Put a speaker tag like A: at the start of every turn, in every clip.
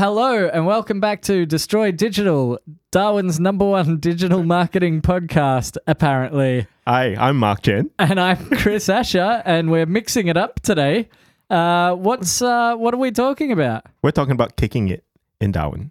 A: Hello and welcome back to Destroy Digital, Darwin's number one digital marketing podcast, apparently.
B: Hi, I'm Mark Chen.
A: And I'm Chris Asher, and we're mixing it up today. Uh, what's uh, what are we talking about?
B: We're talking about kicking it in Darwin.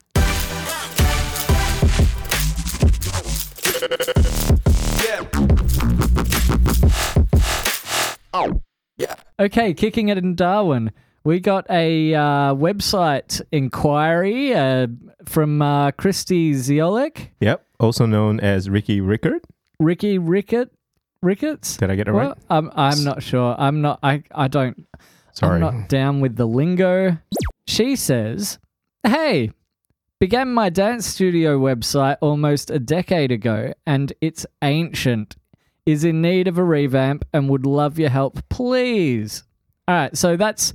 A: Okay, kicking it in Darwin. We got a uh, website inquiry uh, from uh, Christy Ziolik,
B: Yep, also known as Ricky Rickard.
A: Ricky Rickett, Ricketts.
B: Did I get it right?
A: Well, I'm I'm not sure. I'm not. I I don't
B: Sorry.
A: I'm not down with the lingo. She says, Hey, began my dance studio website almost a decade ago, and it's ancient, is in need of a revamp, and would love your help, please. All right, so that's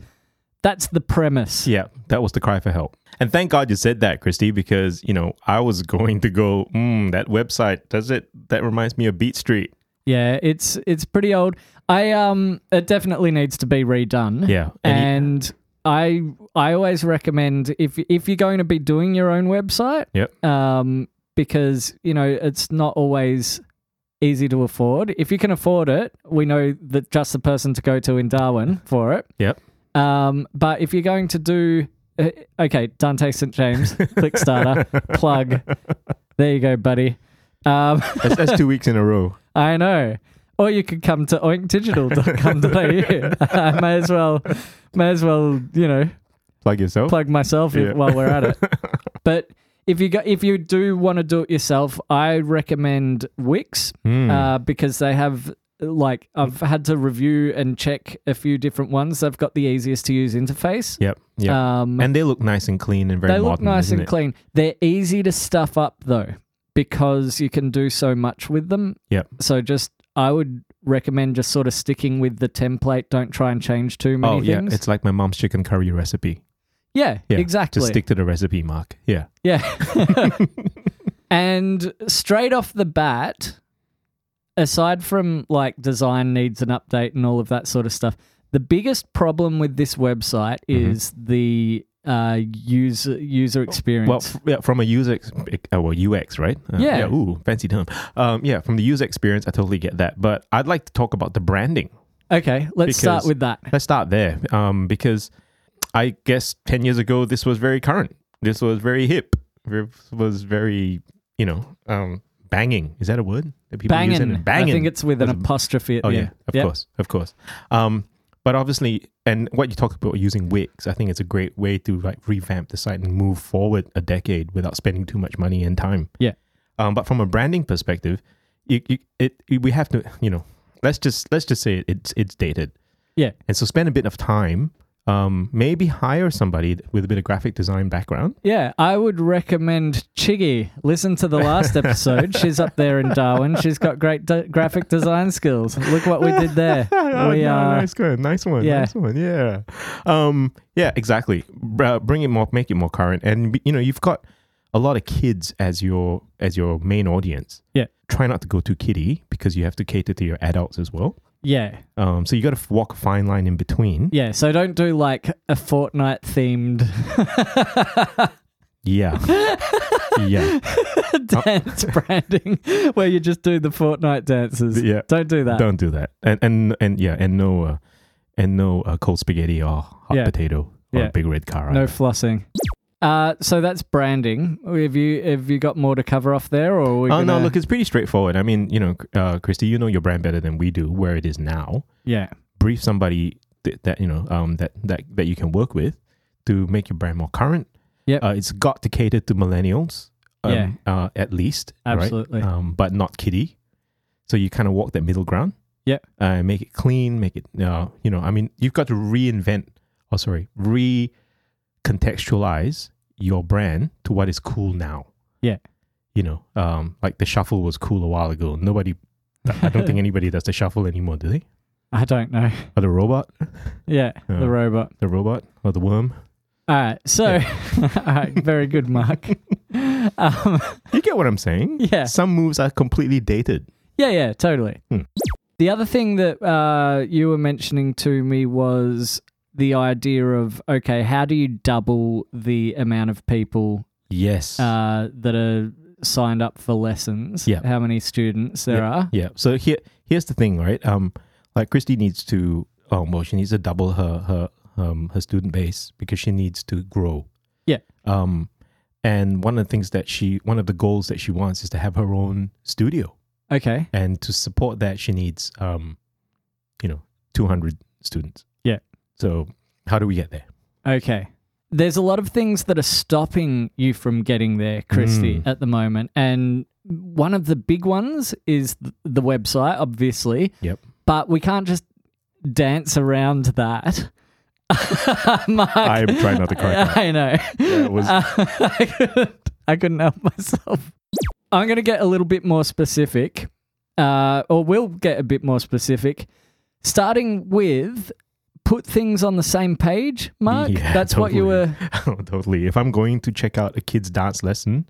A: that's the premise.
B: Yeah, that was the cry for help. And thank God you said that, Christy, because you know I was going to go. Mm, that website does it. That reminds me of Beat Street.
A: Yeah, it's it's pretty old. I um it definitely needs to be redone.
B: Yeah, and
A: And I I always recommend if if you're going to be doing your own website,
B: Yep.
A: um, because you know it's not always easy to afford. If you can afford it, we know that just the person to go to in Darwin for it.
B: Yep.
A: Um, but if you're going to do, uh, okay, Dante St James, Clickstarter, plug. There you go, buddy. Um,
B: that's, that's two weeks in a row.
A: I know. Or you could come to oinkdigital.com.au. I may as well, may as well, you know,
B: Plug yourself.
A: plug myself if,
B: Oh. Yeah.
A: while we're at it. But if you go, if you do want to do it yourself, I recommend Wix
B: Mm.
A: uh, because they have like I've had to review and check a few different ones. They've got the easiest to use interface.
B: yep. Yep.
A: Um,
B: and they look nice and clean and very
A: they
B: modern.
A: look nice
B: isn't
A: and
B: it?
A: clean. They're easy to stuff up though because you can do so much with them.
B: Yep.
A: So just I would recommend just sort of sticking with the template. Don't try and change too many
B: Oh
A: things.
B: yeah, it's like my mom's chicken curry recipe.
A: yeah,
B: Yeah,
A: exactly.
B: Just stick to the recipe, Mark. Yeah.
A: Yeah. and straight off the bat, aside from like design needs an update and all of that sort of stuff, the biggest problem with this website
B: Mhm.
A: is the uh, user user experience.
B: Well, f- yeah, from a user, ex- uh, well, UX, right? Uh,
A: Yeah.
B: Ooh, fancy term. Um, yeah, from the user experience, I totally get that. But I'd like to talk about the branding.
A: okay, let's start
B: because-
A: with that.
B: Let's start there, um, because I guess ten years ago this was very current. This was very hip. This was very, you know, um, banging. Is that a word that people use?
A: Banging.
B: anymore? Banging.
A: I think it's with an
B: There's a-
A: apostrophe at
B: Oh
A: the
B: yeah,
A: end.
B: of
A: Yep.
B: course, of course. Um, but obviously, and what you talk about using Wix, I think it's a great way to like revamp the site and move forward a decade without spending too much money and time.
A: Yeah.
B: Um, but from a branding perspective, you, you it, it we have to you know let's just let's just say it, it's it's dated.
A: Yeah.
B: And so spend a bit of time. Um, maybe hire somebody with a bit of graphic design background.
A: Yeah, I would recommend Chiggy. Listen to the last episode. She's up there in Darwin. She's got great de- graphic design skills. Look what we did there. We
B: Oh, no,
A: are
B: nice, good, nice one,
A: yeah.
B: nice one, yeah, um, yeah, exactly. Br- uh, bring it more, make it more current, and you know you've got a lot of kids as your as your main audience.
A: Yeah.
B: try not to go too kiddie because you have to cater to your adults as well.
A: yeah,
B: Um, so you got to f- walk a fine line in between.
A: yeah. So don't do like a Fortnite themed
B: Yeah, yeah,
A: dance branding where you just do the Fortnite dances.
B: yeah.
A: Don't do that.
B: Don't do that, and and and yeah, and no, uh, and no uh, cold spaghetti or hot
A: Yeah.
B: potato or
A: Yeah.
B: big red car.
A: No
B: either.
A: flossing. Uh, so that's branding. Have you have you got more to cover off there, or are we
B: Oh no!
A: gonna-
B: Look, it's pretty straightforward. I mean, you know, uh, Christy, you know your brand better than we do. Where it is now,
A: yeah.
B: brief somebody th- that you know um, that that that you can work with to make your brand more current.
A: Yep.
B: uh, it's got to cater to millennials. Um,
A: Yeah.
B: uh, at least right?
A: Absolutely.
B: um, but not kiddie. So you kind of walk that middle ground.
A: Yep.
B: uh, make it clean. Make it uh, you know. I mean, you've got to reinvent. Oh, sorry, recontextualize your brand to what is cool now.
A: Yeah.
B: you know, um, like the shuffle was cool a while ago. Nobody, I don't think anybody does the shuffle anymore, do they?
A: I don't know.
B: Or the robot,
A: Yeah,
B: Yeah.
A: the robot.
B: the robot, or the worm.
A: All right. So, all right, very good, Mark. um,
B: You get what I'm saying?
A: yeah.
B: Some moves are completely dated.
A: Yeah, yeah, totally.
B: Hmm.
A: The other thing that uh, you were mentioning to me was the idea of okay, how do you double the amount of people
B: Yes.
A: uh, that are signed up for lessons?
B: Yeah.
A: How many students there are?
B: yeah. So here, here's the thing, right? Um, like Christy needs to, um, well, she needs to double her her um her student base because she needs to grow.
A: Yeah.
B: Um, and one of the things that she, one of the goals that she wants is to have her own studio,
A: Okay.
B: and to support that, she needs, um, you know, two hundred students.
A: Yeah.
B: So how do we get there?
A: Okay. There's a lot of things that are stopping you from getting there, Christy,
B: Mm.
A: at the moment. And one of the big ones is th- the website, obviously.
B: Yep.
A: But we can't just dance around that. Mark,
B: I'm trying not to cry.
A: I know.
B: it was-
A: Uh, I, couldn't, I couldn't help myself. I'm going to get a little bit more specific, uh, or we'll get a bit more specific, starting with put things on the same page, Mark.
B: Yeah,
A: That's what you
B: totally.
A: were.
B: Oh, totally. If I'm going to check out a kid's dance lesson,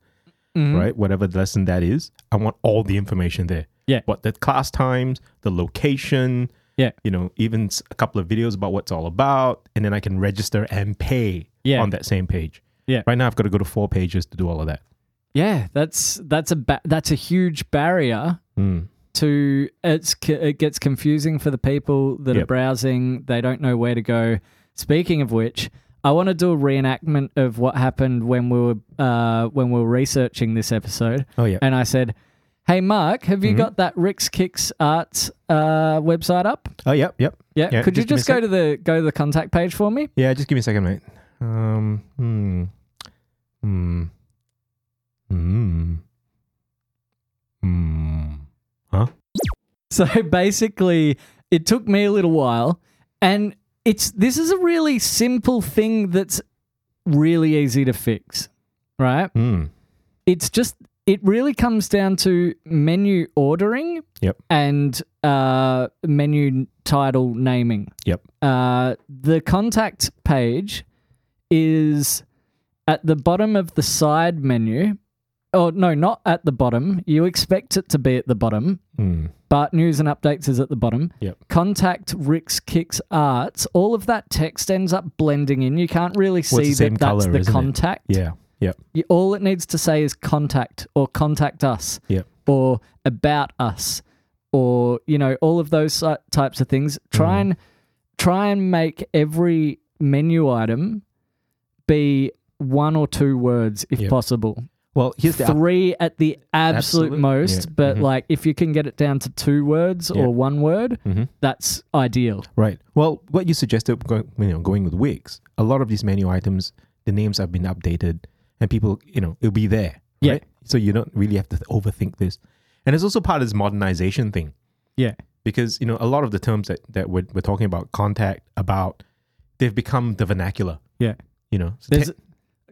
A: Mhm.
B: right? Whatever lesson that is, I want all the information there.
A: Yeah.
B: What the class times, the location.
A: Yeah.
B: You know, even s- a couple of videos about what it's all about, and then I can register and pay
A: Yeah.
B: on that same page.
A: Yeah.
B: Right now, I've got to go to four pages to do all of that.
A: Yeah, that's that's a ba- that's a huge barrier
B: Mm.
A: to it's c- it gets confusing for the people that are
B: Yep.
A: browsing. They don't know where to go. Speaking of which, I want to do a reenactment of what happened when we were uh, when we were researching this episode,
B: Oh yeah.
A: and I said. Hey Mark, have you
B: Mhm.
A: got that Rick's Kicks Arts uh, website up?
B: oh yep. Yep.
A: Yeah.
B: Yeah,
A: Could you
B: just give me
A: just
B: a
A: go to the go to the contact page for me?
B: Yeah. Just give me a second, mate. Um. Hmm. Hmm. Hmm. Hmm.
A: So basically, it took me a little while, and it's this is a really simple thing that's really easy to fix, right?
B: Hmm.
A: It's just it really comes down to menu ordering
B: Yep.
A: and uh, menu title naming.
B: Yep.
A: Uh, the contact page is at the bottom of the side menu. Oh no, not at the bottom. You expect it to be at the bottom,
B: Hmm.
A: but news and updates is at the bottom.
B: Yep.
A: Contact Rick's Kicks Arts. All of that text ends up blending in. You can't really see
B: Well, it's the
A: that
B: same
A: that's
B: colour,
A: the
B: isn't it?
A: contact.
B: Yeah. Yep.
A: You- all it needs to say is contact or contact us
B: Yep.
A: or about us or you know all of those si- types of things. Try
B: Mm-hmm.
A: and try and make every menu item be one or two words if
B: Yep.
A: possible
B: Well, here's the
A: three at the absolute,
B: Absolute,
A: most,
B: yeah.
A: but
B: Mhm.
A: like if you can get it down to two words
B: Yeah.
A: or one word,
B: Mhm.
A: that's ideal.
B: Right. Well, what you suggested, go- you know, going with Wix, a lot of these menu items, the names have been updated, and people, you know, it'll be there.
A: Yeah.
B: Right? So you don't really have to th- overthink this, and it's also part of this modernization thing
A: Yeah.
B: because you know a lot of the terms that that we're, we're talking about, contact, about, they've become the vernacular.
A: Yeah.
B: You know, So
A: There's
B: te-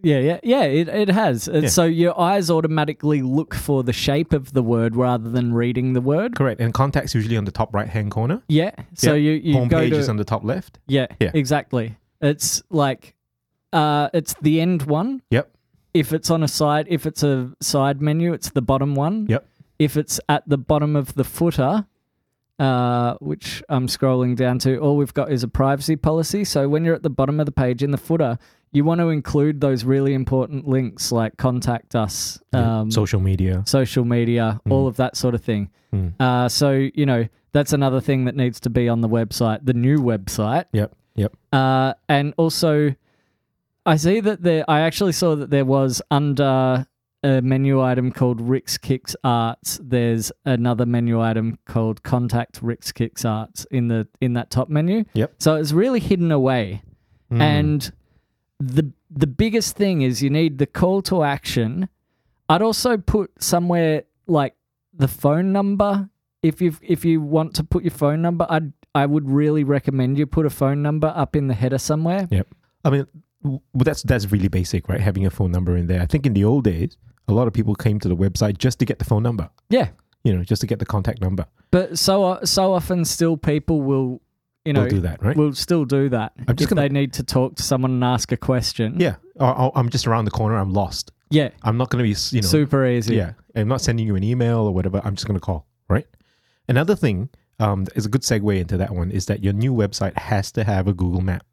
A: yeah, yeah, yeah, it, it has. And
B: Yeah.
A: So your eyes automatically look for the shape of the word rather than reading the word.
B: correct. And contacts usually on the top right hand corner.
A: Yeah. So
B: Yeah.
A: you, you
B: Homepage
A: go to
B: is on the top left.
A: yeah,
B: Yeah.
A: exactly. It's like uh it's the end one.
B: Yep.
A: If it's on a side if it's a side menu, it's the bottom one.
B: Yep.
A: if it's at the bottom of the footer, uh, which I'm scrolling down to, all we've got is a privacy policy. So when you're at the bottom of the page in the footer, you want to include those really important links like contact us,
B: Yeah. Mm-hmm.
A: um,
B: Social media.
A: social media, all of that sort of thing.
B: Mm.
A: Uh, so, you know, that's another thing that needs to be on the website, the new website.
B: Yep. Yep.
A: Uh, and also, I see that there. I actually saw that there was under a menu item called Rick's Kicks Arts. There's another menu item called Contact Rick's Kicks Arts in the in that top menu.
B: Yep.
A: So it's really hidden away,
B: Mm.
A: and the the biggest thing is you need the call to action. I'd also put somewhere like the phone number. If you if you want to put your phone number, I'd I would really recommend you put a phone number up in the header somewhere.
B: I mean, w- well, that's that's really basic, right? Having a phone number in there. I think in the old days, a lot of people came to the website just to get the phone number.
A: Yeah.
B: You know, just to get the contact number.
A: But so uh, so often, still people will, you know,
B: They'll do that, right?
A: will still do that
B: I'm just
A: if they
B: gonna-
A: need to talk to someone and ask a question.
B: yeah. Or, or I'm just around the corner. I'm lost.
A: yeah,
B: I'm not going to be, s- you know,
A: super easy.
B: yeah. I'm not sending you an email or whatever. I'm just going to call, right? Another thing um, that is a good segue into that one is that your new website has to have a Google Map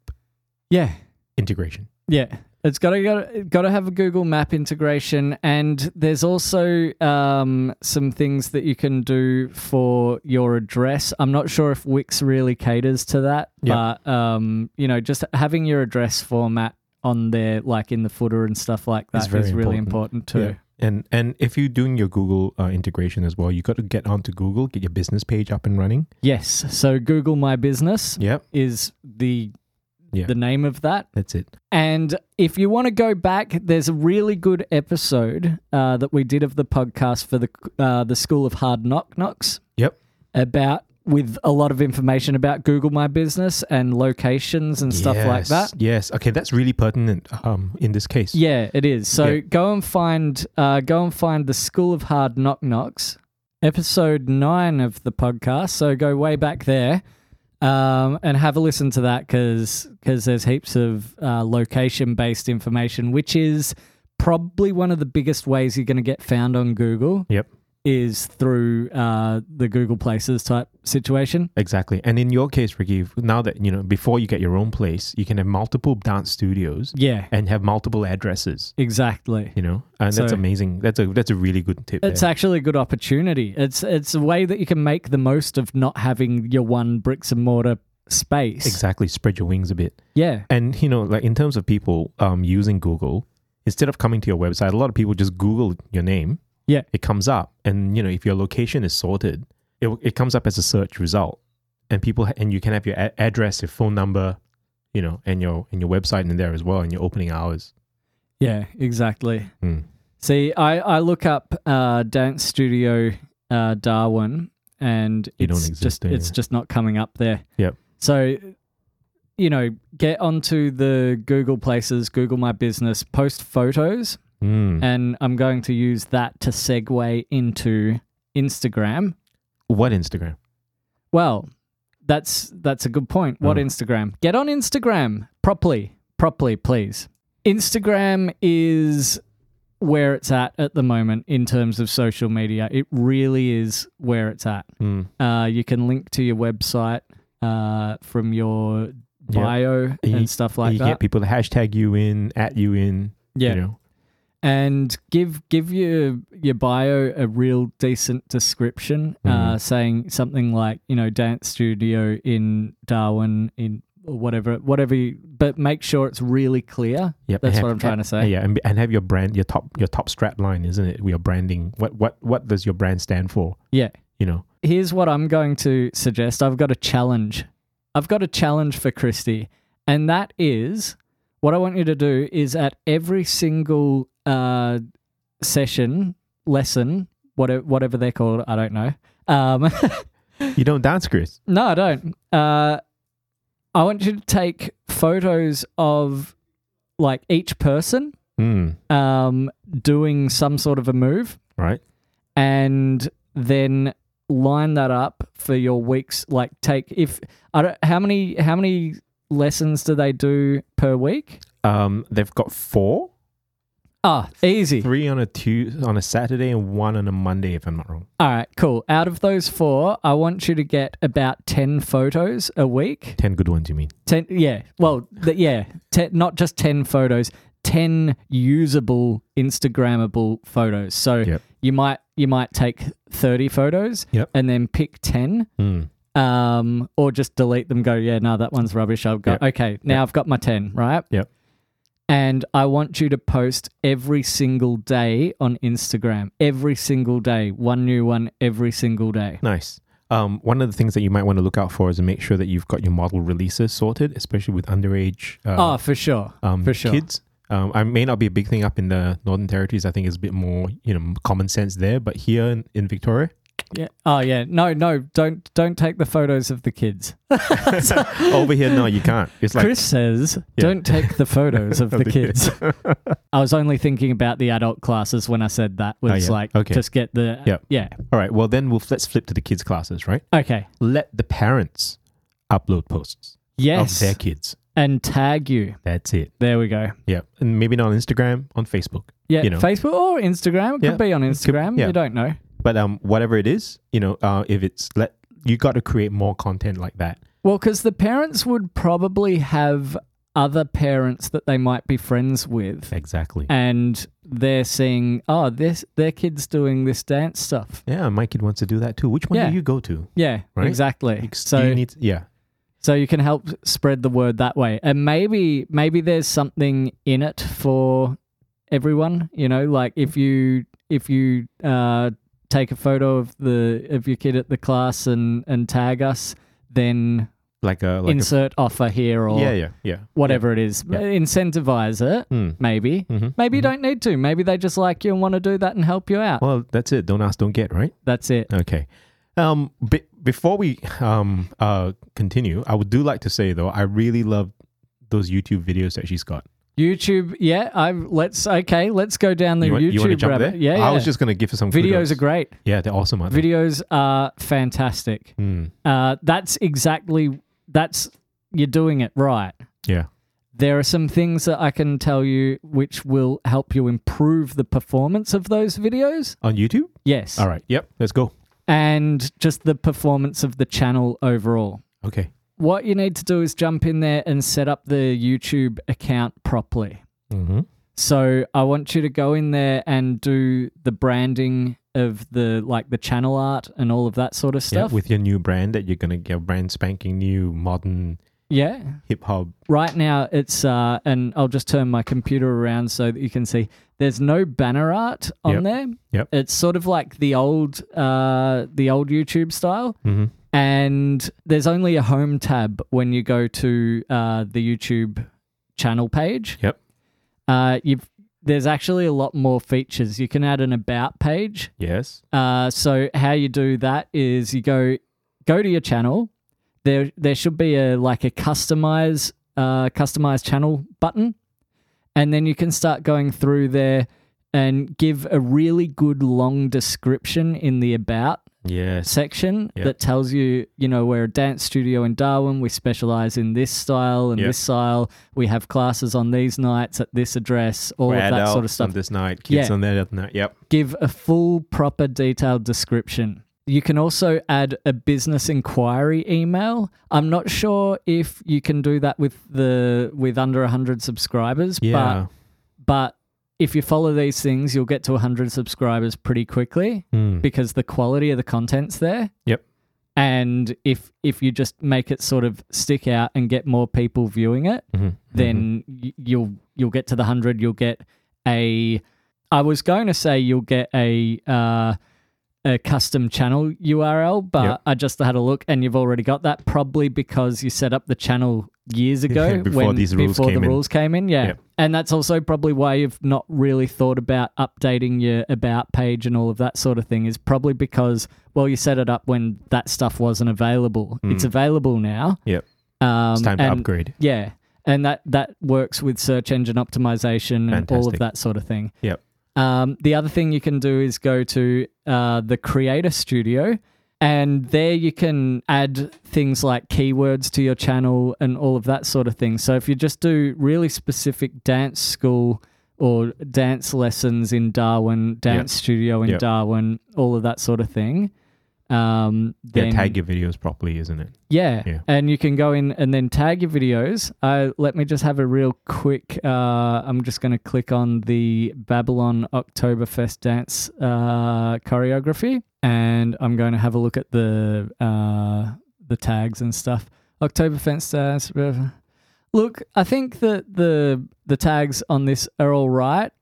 A: Yeah.
B: integration.
A: Yeah, it's got to got got to have a Google Map integration, and there's also um, some things that you can do for your address. I'm not sure if Wix really caters to that,
B: Yeah.
A: but um, you know, just having your address format on there, like in the footer and stuff like that,
B: It's
A: is
B: very
A: really important
B: important.
A: too.
B: Yeah. And and if you're doing your Google uh, integration as well, you got to get onto Google, get your business page up and running.
A: Yes, so Google My Business
B: Yep,
A: is the
B: Yeah.
A: the name of that.
B: that's it.
A: And if you want to go back, there's a really good episode uh, that we did of the podcast for the uh, the School of Hard Knock Knocks.
B: Yep.
A: About with a lot of information about Google My Business and locations and stuff like
B: Yes,
A: that.
B: Yes. Okay, that's really pertinent um, in this case.
A: Yeah, it is. So
B: Yeah.
A: go and find uh, go and find the School of Hard Knock Knocks, episode nine of the podcast. So go way back there. Um, and have a listen to that because there's heaps of uh, location based information, which is probably one of the biggest ways you're going to get found on Google
B: Yep.
A: is through uh, the Google Places type situation.
B: Exactly. And in your case, Ricky, if- now that you know, before you get your own place, you can have multiple dance studios
A: Yeah,
B: and have multiple addresses.
A: exactly.
B: You know, and that's
A: So-
B: amazing. That's a that's a really good tip.
A: It's
B: there.
A: actually a good opportunity. It's it's a way that you can make the most of not having your one bricks and mortar space.
B: exactly spread your wings a bit.
A: Yeah.
B: And you know, like in terms of people um, using Google, instead of coming to your website, a lot of people just Google your name.
A: Yeah.
B: it comes up, and you know, if your location is sorted, it it comes up as a search result, and people ha- and you can have your a- address, your phone number, you know, and your and your website in there as well, and your opening hours.
A: Yeah, exactly.
B: Hmm.
A: See, I, I look up uh, dance studio uh, Darwin and
B: You don't
A: it's
B: exist
A: just
B: there,
A: it's
B: yeah.
A: just not coming up there.
B: Yep.
A: So you know, get onto the Google Places, Google My Business, post photos,
B: Hmm.
A: and I'm going to use that to segue into Instagram.
B: What Instagram?
A: Well, that's that's a good point. What
B: Mm.
A: Instagram? Get on Instagram properly, properly, please. Instagram is where it's at at the moment in terms of social media. It really is where it's at.
B: Hmm.
A: Uh, you can link to your website uh, from your
B: Yeah.
A: bio
B: And
A: and
B: you-
A: stuff like
B: you
A: that.
B: get people to hashtag you in, at you in.
A: yeah,
B: You know,
A: and give give your your bio a real decent description, uh, saying something like you know dance studio in Darwin in or whatever whatever, you, but make sure it's really clear.
B: yep.
A: That's
B: and
A: what
B: have-
A: I'm trying to say.
B: Yeah, and, and have your brand, your top, your top strap line, isn't it? Your branding. What what what does your brand stand for?
A: Yeah.
B: You know,
A: Here's what I'm going to suggest. I've got a challenge. I've got a challenge for Christy, and that is what I want you to do is at every single uh, session lesson, whatever whatever they're called, I don't know. Um,
B: you don't dance, Chris.
A: No, I don't. Uh, I want you to take photos of like each person
B: Mm,
A: um, doing some sort of a move
B: right.
A: and then line that up for your weeks like take if I don't how many how many lessons do they do per week?
B: Um, they've got four,
A: Ah, easy.
B: three on a Tuesday, on a Saturday, and one on a Monday, if I'm not wrong.
A: All right, cool. Out of those 4, I want you to get about 10 photos a week.
B: Ten good ones, you mean?
A: Ten, yeah. Well, th- yeah. Ten, not just ten photos, ten usable, Instagrammable photos. So
B: Yep.
A: you might you might take thirty photos
B: Yep.
A: and then pick ten,
B: Mm,
A: um, or just delete them. Go, yeah, no, that one's rubbish. I've got okay. Now I've got my ten, right?
B: Yep.
A: And I want you to post every single day on Instagram. Every single day, one new one every single day.
B: nice. Um, one of the things that you might want to look out for is to make sure that you've got your model releases sorted, especially with underage uh,
A: oh, for sure.
B: um,
A: for sure.
B: kids. Um, I may not be a big thing up in the northern territories. I think it's a bit more, you know, common sense there. But here in, in Victoria,
A: Yeah. Oh yeah. No, no, don't don't take the photos of the kids.
B: over here, no, you can't. It's like
A: Chris says, don't take the photos of the kids. I was only thinking about the adult classes when I said that was
B: Oh, yeah.
A: like
B: Okay.
A: just get the
B: Yep.
A: yeah.
B: all right. Well, then we'll let's flip to the kids' classes, right?
A: Okay.
B: Let the parents upload posts
A: Yes.
B: of their kids.
A: And tag you.
B: That's it.
A: There we go.
B: Yeah, and maybe not on Instagram, on Facebook.
A: Yeah.
B: You know.
A: Facebook or Instagram. It
B: Yeah.
A: could be on Instagram.
B: yeah.
A: You don't know.
B: But um, whatever it is, you know, uh, if it's let you got to create more content like that.
A: Well, because the parents would probably have other parents that they might be friends with.
B: Exactly.
A: And they're seeing, oh, this their kid's doing this dance stuff.
B: yeah, my kid wants to do that too. Which one
A: Yeah.
B: do you go to?
A: Yeah,
B: Right?
A: exactly.
B: Ex- do
A: So
B: you need yeah.
A: so you can help spread the word that way. And maybe maybe there's something in it for everyone, you know, like if you if you uh take a photo of the of your kid at the class and and tag us, then
B: Like a like
A: insert offer here
B: a,
A: or
B: yeah, yeah, yeah.
A: whatever it is.
B: Yeah.
A: Incentivize it,
B: Hmm.
A: maybe.
B: Mhm.
A: Maybe you don't need to. Maybe they just like you and want to do that and help you out.
B: Well, that's it. Don't ask, don't get, right?
A: That's it.
B: Okay. Um, be- before we um uh continue, I would do like to say though, I really love those YouTube videos that she's got.
A: YouTube, yeah. I let's okay. Let's go down the
B: you want,
A: YouTube
B: you want to jump
A: rabbit.
B: there?
A: Yeah,
B: I
A: yeah.
B: was just gonna give her some
A: videos
B: kudos.
A: are great.
B: Yeah, they're awesome. Aren't they?
A: Videos are fantastic.
B: Mm,
A: Uh, that's exactly that's you're doing it right.
B: yeah.
A: There are some things that I can tell you which will help you improve the performance of those videos.
B: On YouTube?
A: Yes.
B: All right. Yep. Let's go.
A: And just the performance of the channel overall.
B: Okay.
A: What you need to do is jump in there and set up the YouTube account properly.
B: Mm-hmm.
A: So I want you to go in there and do the branding of the like the channel art and all of that sort of
B: Yeah,
A: stuff.
B: with your new brand that you're gonna get brand spanking new modern
A: yeah.
B: hip hop.
A: Right now it's uh and I'll just turn my computer around so that you can see there's no banner art on
B: Yep.
A: there.
B: Yep.
A: It's sort of like the old uh the old YouTube style.
B: Mm-hmm.
A: And there's only a home tab when you go to uh the YouTube channel page.
B: Yep.
A: Uh you've there's actually a lot more features. You can add an about page
B: Yes.
A: Uh, so how you do that is you go go to your channel. There there should be a like a customize uh, customize channel button, and then you can start going through there and give a really good long description in the about
B: Yes.
A: section
B: Yeah.
A: that tells you, you know, we're a dance studio in Darwin. We specialize in this style and
B: Yeah.
A: this style. We have classes on these nights at this address, all
B: For
A: of that sort of
B: adults
A: stuff
B: On this night, kids
A: Yeah.
B: on that night. Yep.
A: give a full, proper, detailed description. You can also add a business inquiry email. I'm not sure if you can do that with the with under 100 subscribers,
B: Yeah.
A: but but if you follow these things, you'll get to 100 subscribers pretty quickly
B: Mm.
A: because the quality of the content's there.
B: Yep.
A: And if if you just make it sort of stick out and get more people viewing it,
B: Mhm.
A: then y- you'll you'll get to the 100 you'll get a i was going to say you'll get a uh a custom channel url but
B: Yep.
A: i just had a look and you've already got that probably because you set up the channel years ago
B: Before these rules
A: before
B: came
A: the
B: in.
A: rules came in yeah
B: Yep.
A: and that's also probably why you've not really thought about updating your about page and all of that sort of thing is probably because well you set it up when that stuff wasn't available it's available now
B: Yep.
A: um,
B: Mm. It's time to
A: and-
B: upgrade.
A: yeah. And that, that works with search engine optimization and all of
B: Fantastic.
A: that sort of thing.
B: Yep.
A: Um, the other thing you can do is go to uh, the creator studio, and there you can add things like keywords to your channel and all of that sort of thing. So if you just do really specific dance school or dance lessons in Darwin, dance studio in
B: Yep.
A: Darwin, all of that sort of thing. Um,
B: Yeah,
A: then
B: tag your videos properly, isn't it?
A: yeah.
B: Yeah.
A: And you can go in and then tag your videos. Uh, let me just have a real quick. Uh, I'm just going to click on the Babylon Oktoberfest dance uh, choreography, and I'm going to have a look at the uh, the tags and stuff. Oktoberfest dance. blah, blah. Look, I think that the the tags on this are all right,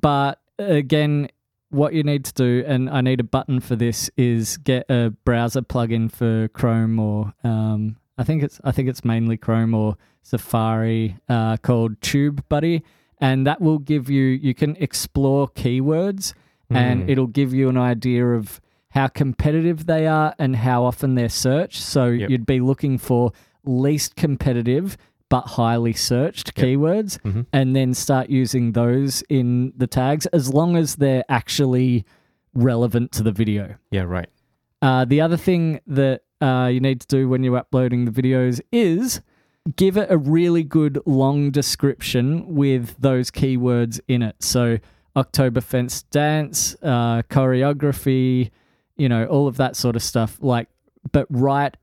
A: but again, what you need to do, and I need a button for this, is get a browser plugin for Chrome or um, I think it's I think it's mainly Chrome or Safari uh, called Tube Buddy, and that will give you you can explore keywords, and
B: Mm.
A: it'll give you an idea of how competitive they are and how often they're searched. So
B: Yep.
A: you'd be looking for least competitive but highly searched
B: Yep.
A: keywords
B: Mhm.
A: and then start using those in the tags as long as they're actually relevant to the video.
B: Yeah, right.
A: Uh, the other thing that uh, you need to do when you're uploading the videos is give it a really good long description with those keywords in it. So, Oktoberfest dance, uh, choreography, you know, all of that sort of stuff. Like, but write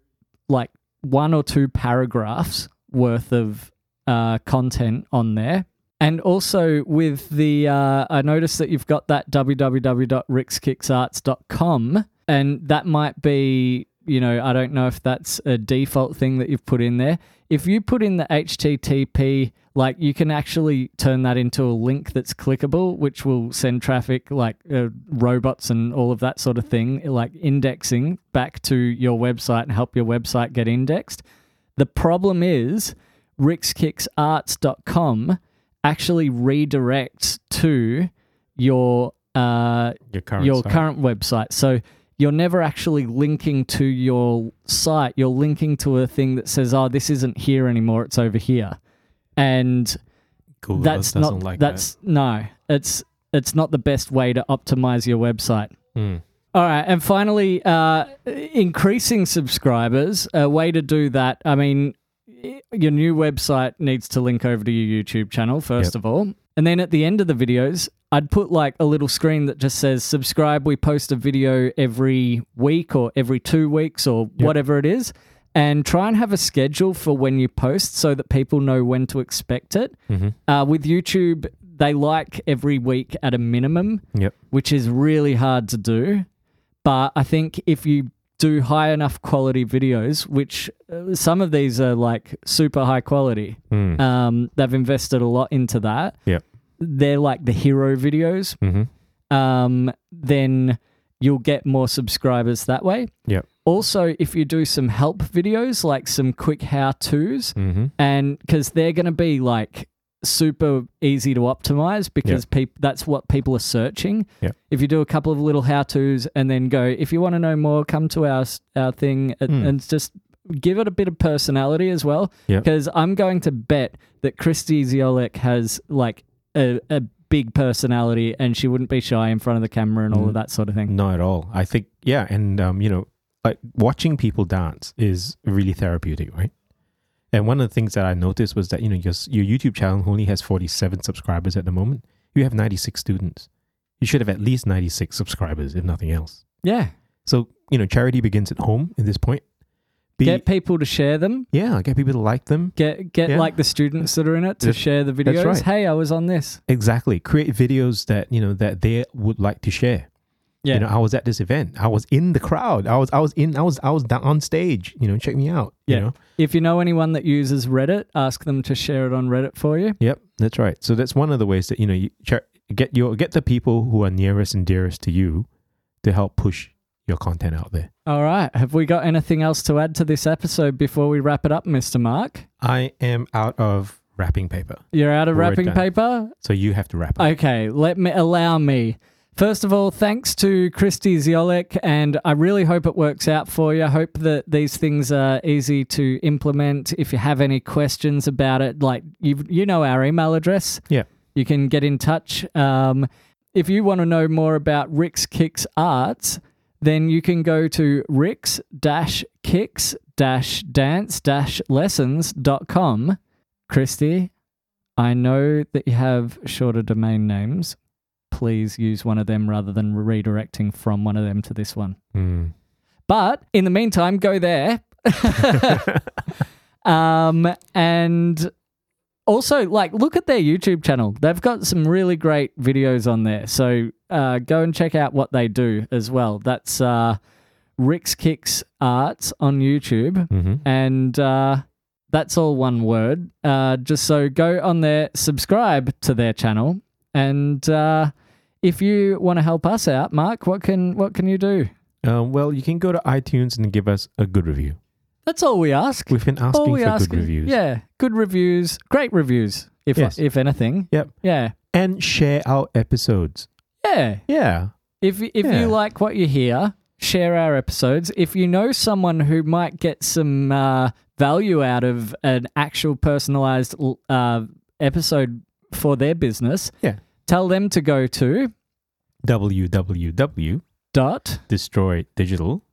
A: like one or two paragraphs worth of uh, content on there. And also with the, uh, I noticed that you've got that www.rickskicksarts.com, and that might be, you know, I don't know if that's a default thing that you've put in there. If you put in the HTTP, like you can actually turn that into a link that's clickable, which will send traffic, like uh, robots and all of that sort of thing, like indexing back to your website and help your website get indexed. The problem is rickskicksarts.com actually redirects to your uh,
B: Your current
A: your
B: site.
A: current website. So you're never actually linking to your site. You're linking to a thing that says, "Oh, this isn't here anymore. It's over here," and
B: Google
A: that's
B: doesn't
A: not
B: like
A: that's no. It's it's not the best way to optimize your website.
B: that. Mm.
A: All right, and finally, uh, increasing subscribers. A way to do that. I mean, y- your new website needs to link over to your YouTube channel first
B: Yep.
A: of all, and then at the end of the videos, I'd put like a little screen that just says "Subscribe." We post a video every week or every two weeks or whatever it is, and try and have a schedule for when you post so that people know when to expect it.
B: Mhm.
A: Uh, with YouTube, they like every week at a minimum
B: Yep.
A: which is really hard to do. But I think if you do high enough quality videos, which uh, some of these are like super high quality,
B: Mm.
A: um, they've invested a lot into that.
B: Yep.
A: They're like the hero videos.
B: hmm
A: Um, then you'll get more subscribers that way.
B: Yep.
A: Also, if you do some help videos, like some quick how to's,
B: hmm
A: and because they're going to be like super easy to optimize because peop- that's what people are searching.
B: Yeah.
A: If you do a couple of little how tos and then go, if you want to know more, come to our s- our thing and,
B: Hmm.
A: and just give it a bit of personality as well.
B: Yeah.
A: Because I'm going to bet that Christy Ziolek has like a, a big personality and she wouldn't be shy in front of the camera and all
B: Mm.
A: of that sort of thing.
B: Not at all. I think yeah, and um, you know, like watching people dance is really therapeutic, right? And one of the things that I noticed was that you know your your YouTube channel only has forty seven subscribers at the moment. You have ninety six students. You should have at least ninety six subscribers, if nothing else.
A: Yeah.
B: So you know, charity begins at home at this point. Be,
A: Get people to share them.
B: yeah, get people to like them.
A: Get get
B: Yeah.
A: like the students that are in it to
B: That's-
A: share the
B: that's
A: videos.
B: right.
A: Hey, I was on this.
B: Exactly. Create videos that you know that they would like to share.
A: Yeah.
B: You know, I was at this event. I was in the crowd. I was I was in I was I was down on stage. You know, check me out.
A: Yeah.
B: You know?
A: If you know anyone that uses Reddit, ask them to share it on Reddit for you.
B: Yep, that's right. So that's one of the ways that you know you cha- get your get the people who are nearest and dearest to you to help push your content out there.
A: All right. Have we got anything else to add to this episode before we wrap it up, Mr. Mark?
B: I am out of wrapping paper,
A: You're out of
B: We're
A: wrapping
B: done.
A: paper?
B: so you have to wrap up.
A: Okay, let me allow me. First of all, thanks to Christy Ziolek, and I really hope it works out for you. I hope that these things are easy to implement. If you have any questions about it, like you you know our email address,
B: Yeah.
A: you can get in touch. Um, if you want to know more about Rick's Kicks Arts, then you can go to ricks kicks dance lessons.com. Christy, I know that you have shorter domain names. Please use one of them rather than redirecting from one of them to this one.
B: Mm.
A: But in the meantime, go there. um, and also, like, look at their YouTube channel. They've got some really great videos on there. So uh, go and check out what they do as well. That's uh, Rick's Kicks Arts on YouTube
B: hmm
A: and uh, that's all one word. Uh, just so go on there, subscribe to their channel, and uh, if you want to help us out, Mark, what can what can you do?
B: Uh, well, you can go to iTunes and give us a good review.
A: That's all we ask.
B: We've been
A: all
B: asking
A: we
B: for
A: ask
B: good
A: is-
B: reviews.
A: Yeah, good reviews, great reviews. If
B: Yes.
A: if anything.
B: Yep.
A: Yeah.
B: And share our episodes.
A: Yeah.
B: Yeah.
A: If if
B: Yeah.
A: you like what you hear, share our episodes. If you know someone who might get some uh, value out of an actual personalized l- uh, episode for their business,
B: Yeah.
A: tell them to go to dot
B: www.destroydigital.com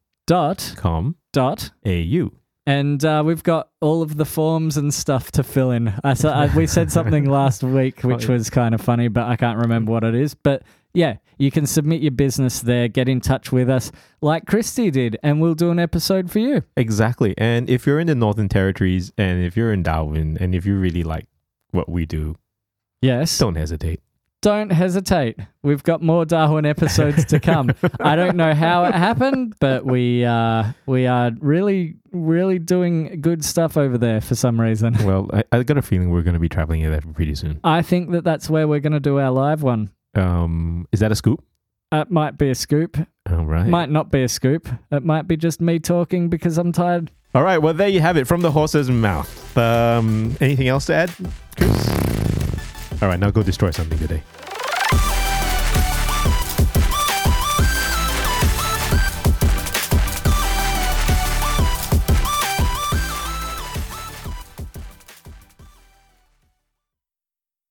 A: dot dot
B: au.
A: And uh, we've got all of the forms and stuff to fill in. I, so, I, we said something last week which
B: yeah.
A: was kind of funny, but I can't remember what it is. But yeah, you can submit your business there, get in touch with us like Christy did, and we'll do an episode for you.
B: Exactly. And if you're in the Northern Territories and if you're in Darwin and if you really like what we do,
A: Yes.
B: don't hesitate.
A: don't hesitate. We've got more Darwin episodes to come. I don't know how it happened, but we uh, we are really really doing good stuff over there for some reason.
B: Well, I, I got a feeling we're going to be traveling it up pretty soon.
A: I think that that's where we're going to do our live one.
B: Um, is that a scoop?
A: It might be a scoop.
B: All right.
A: Might not be a scoop. It might be just me talking because I'm tired.
B: All right. Well, there you have it from the horse's mouth. Um, anything else to add, Chris? All right. Now go destroy something today.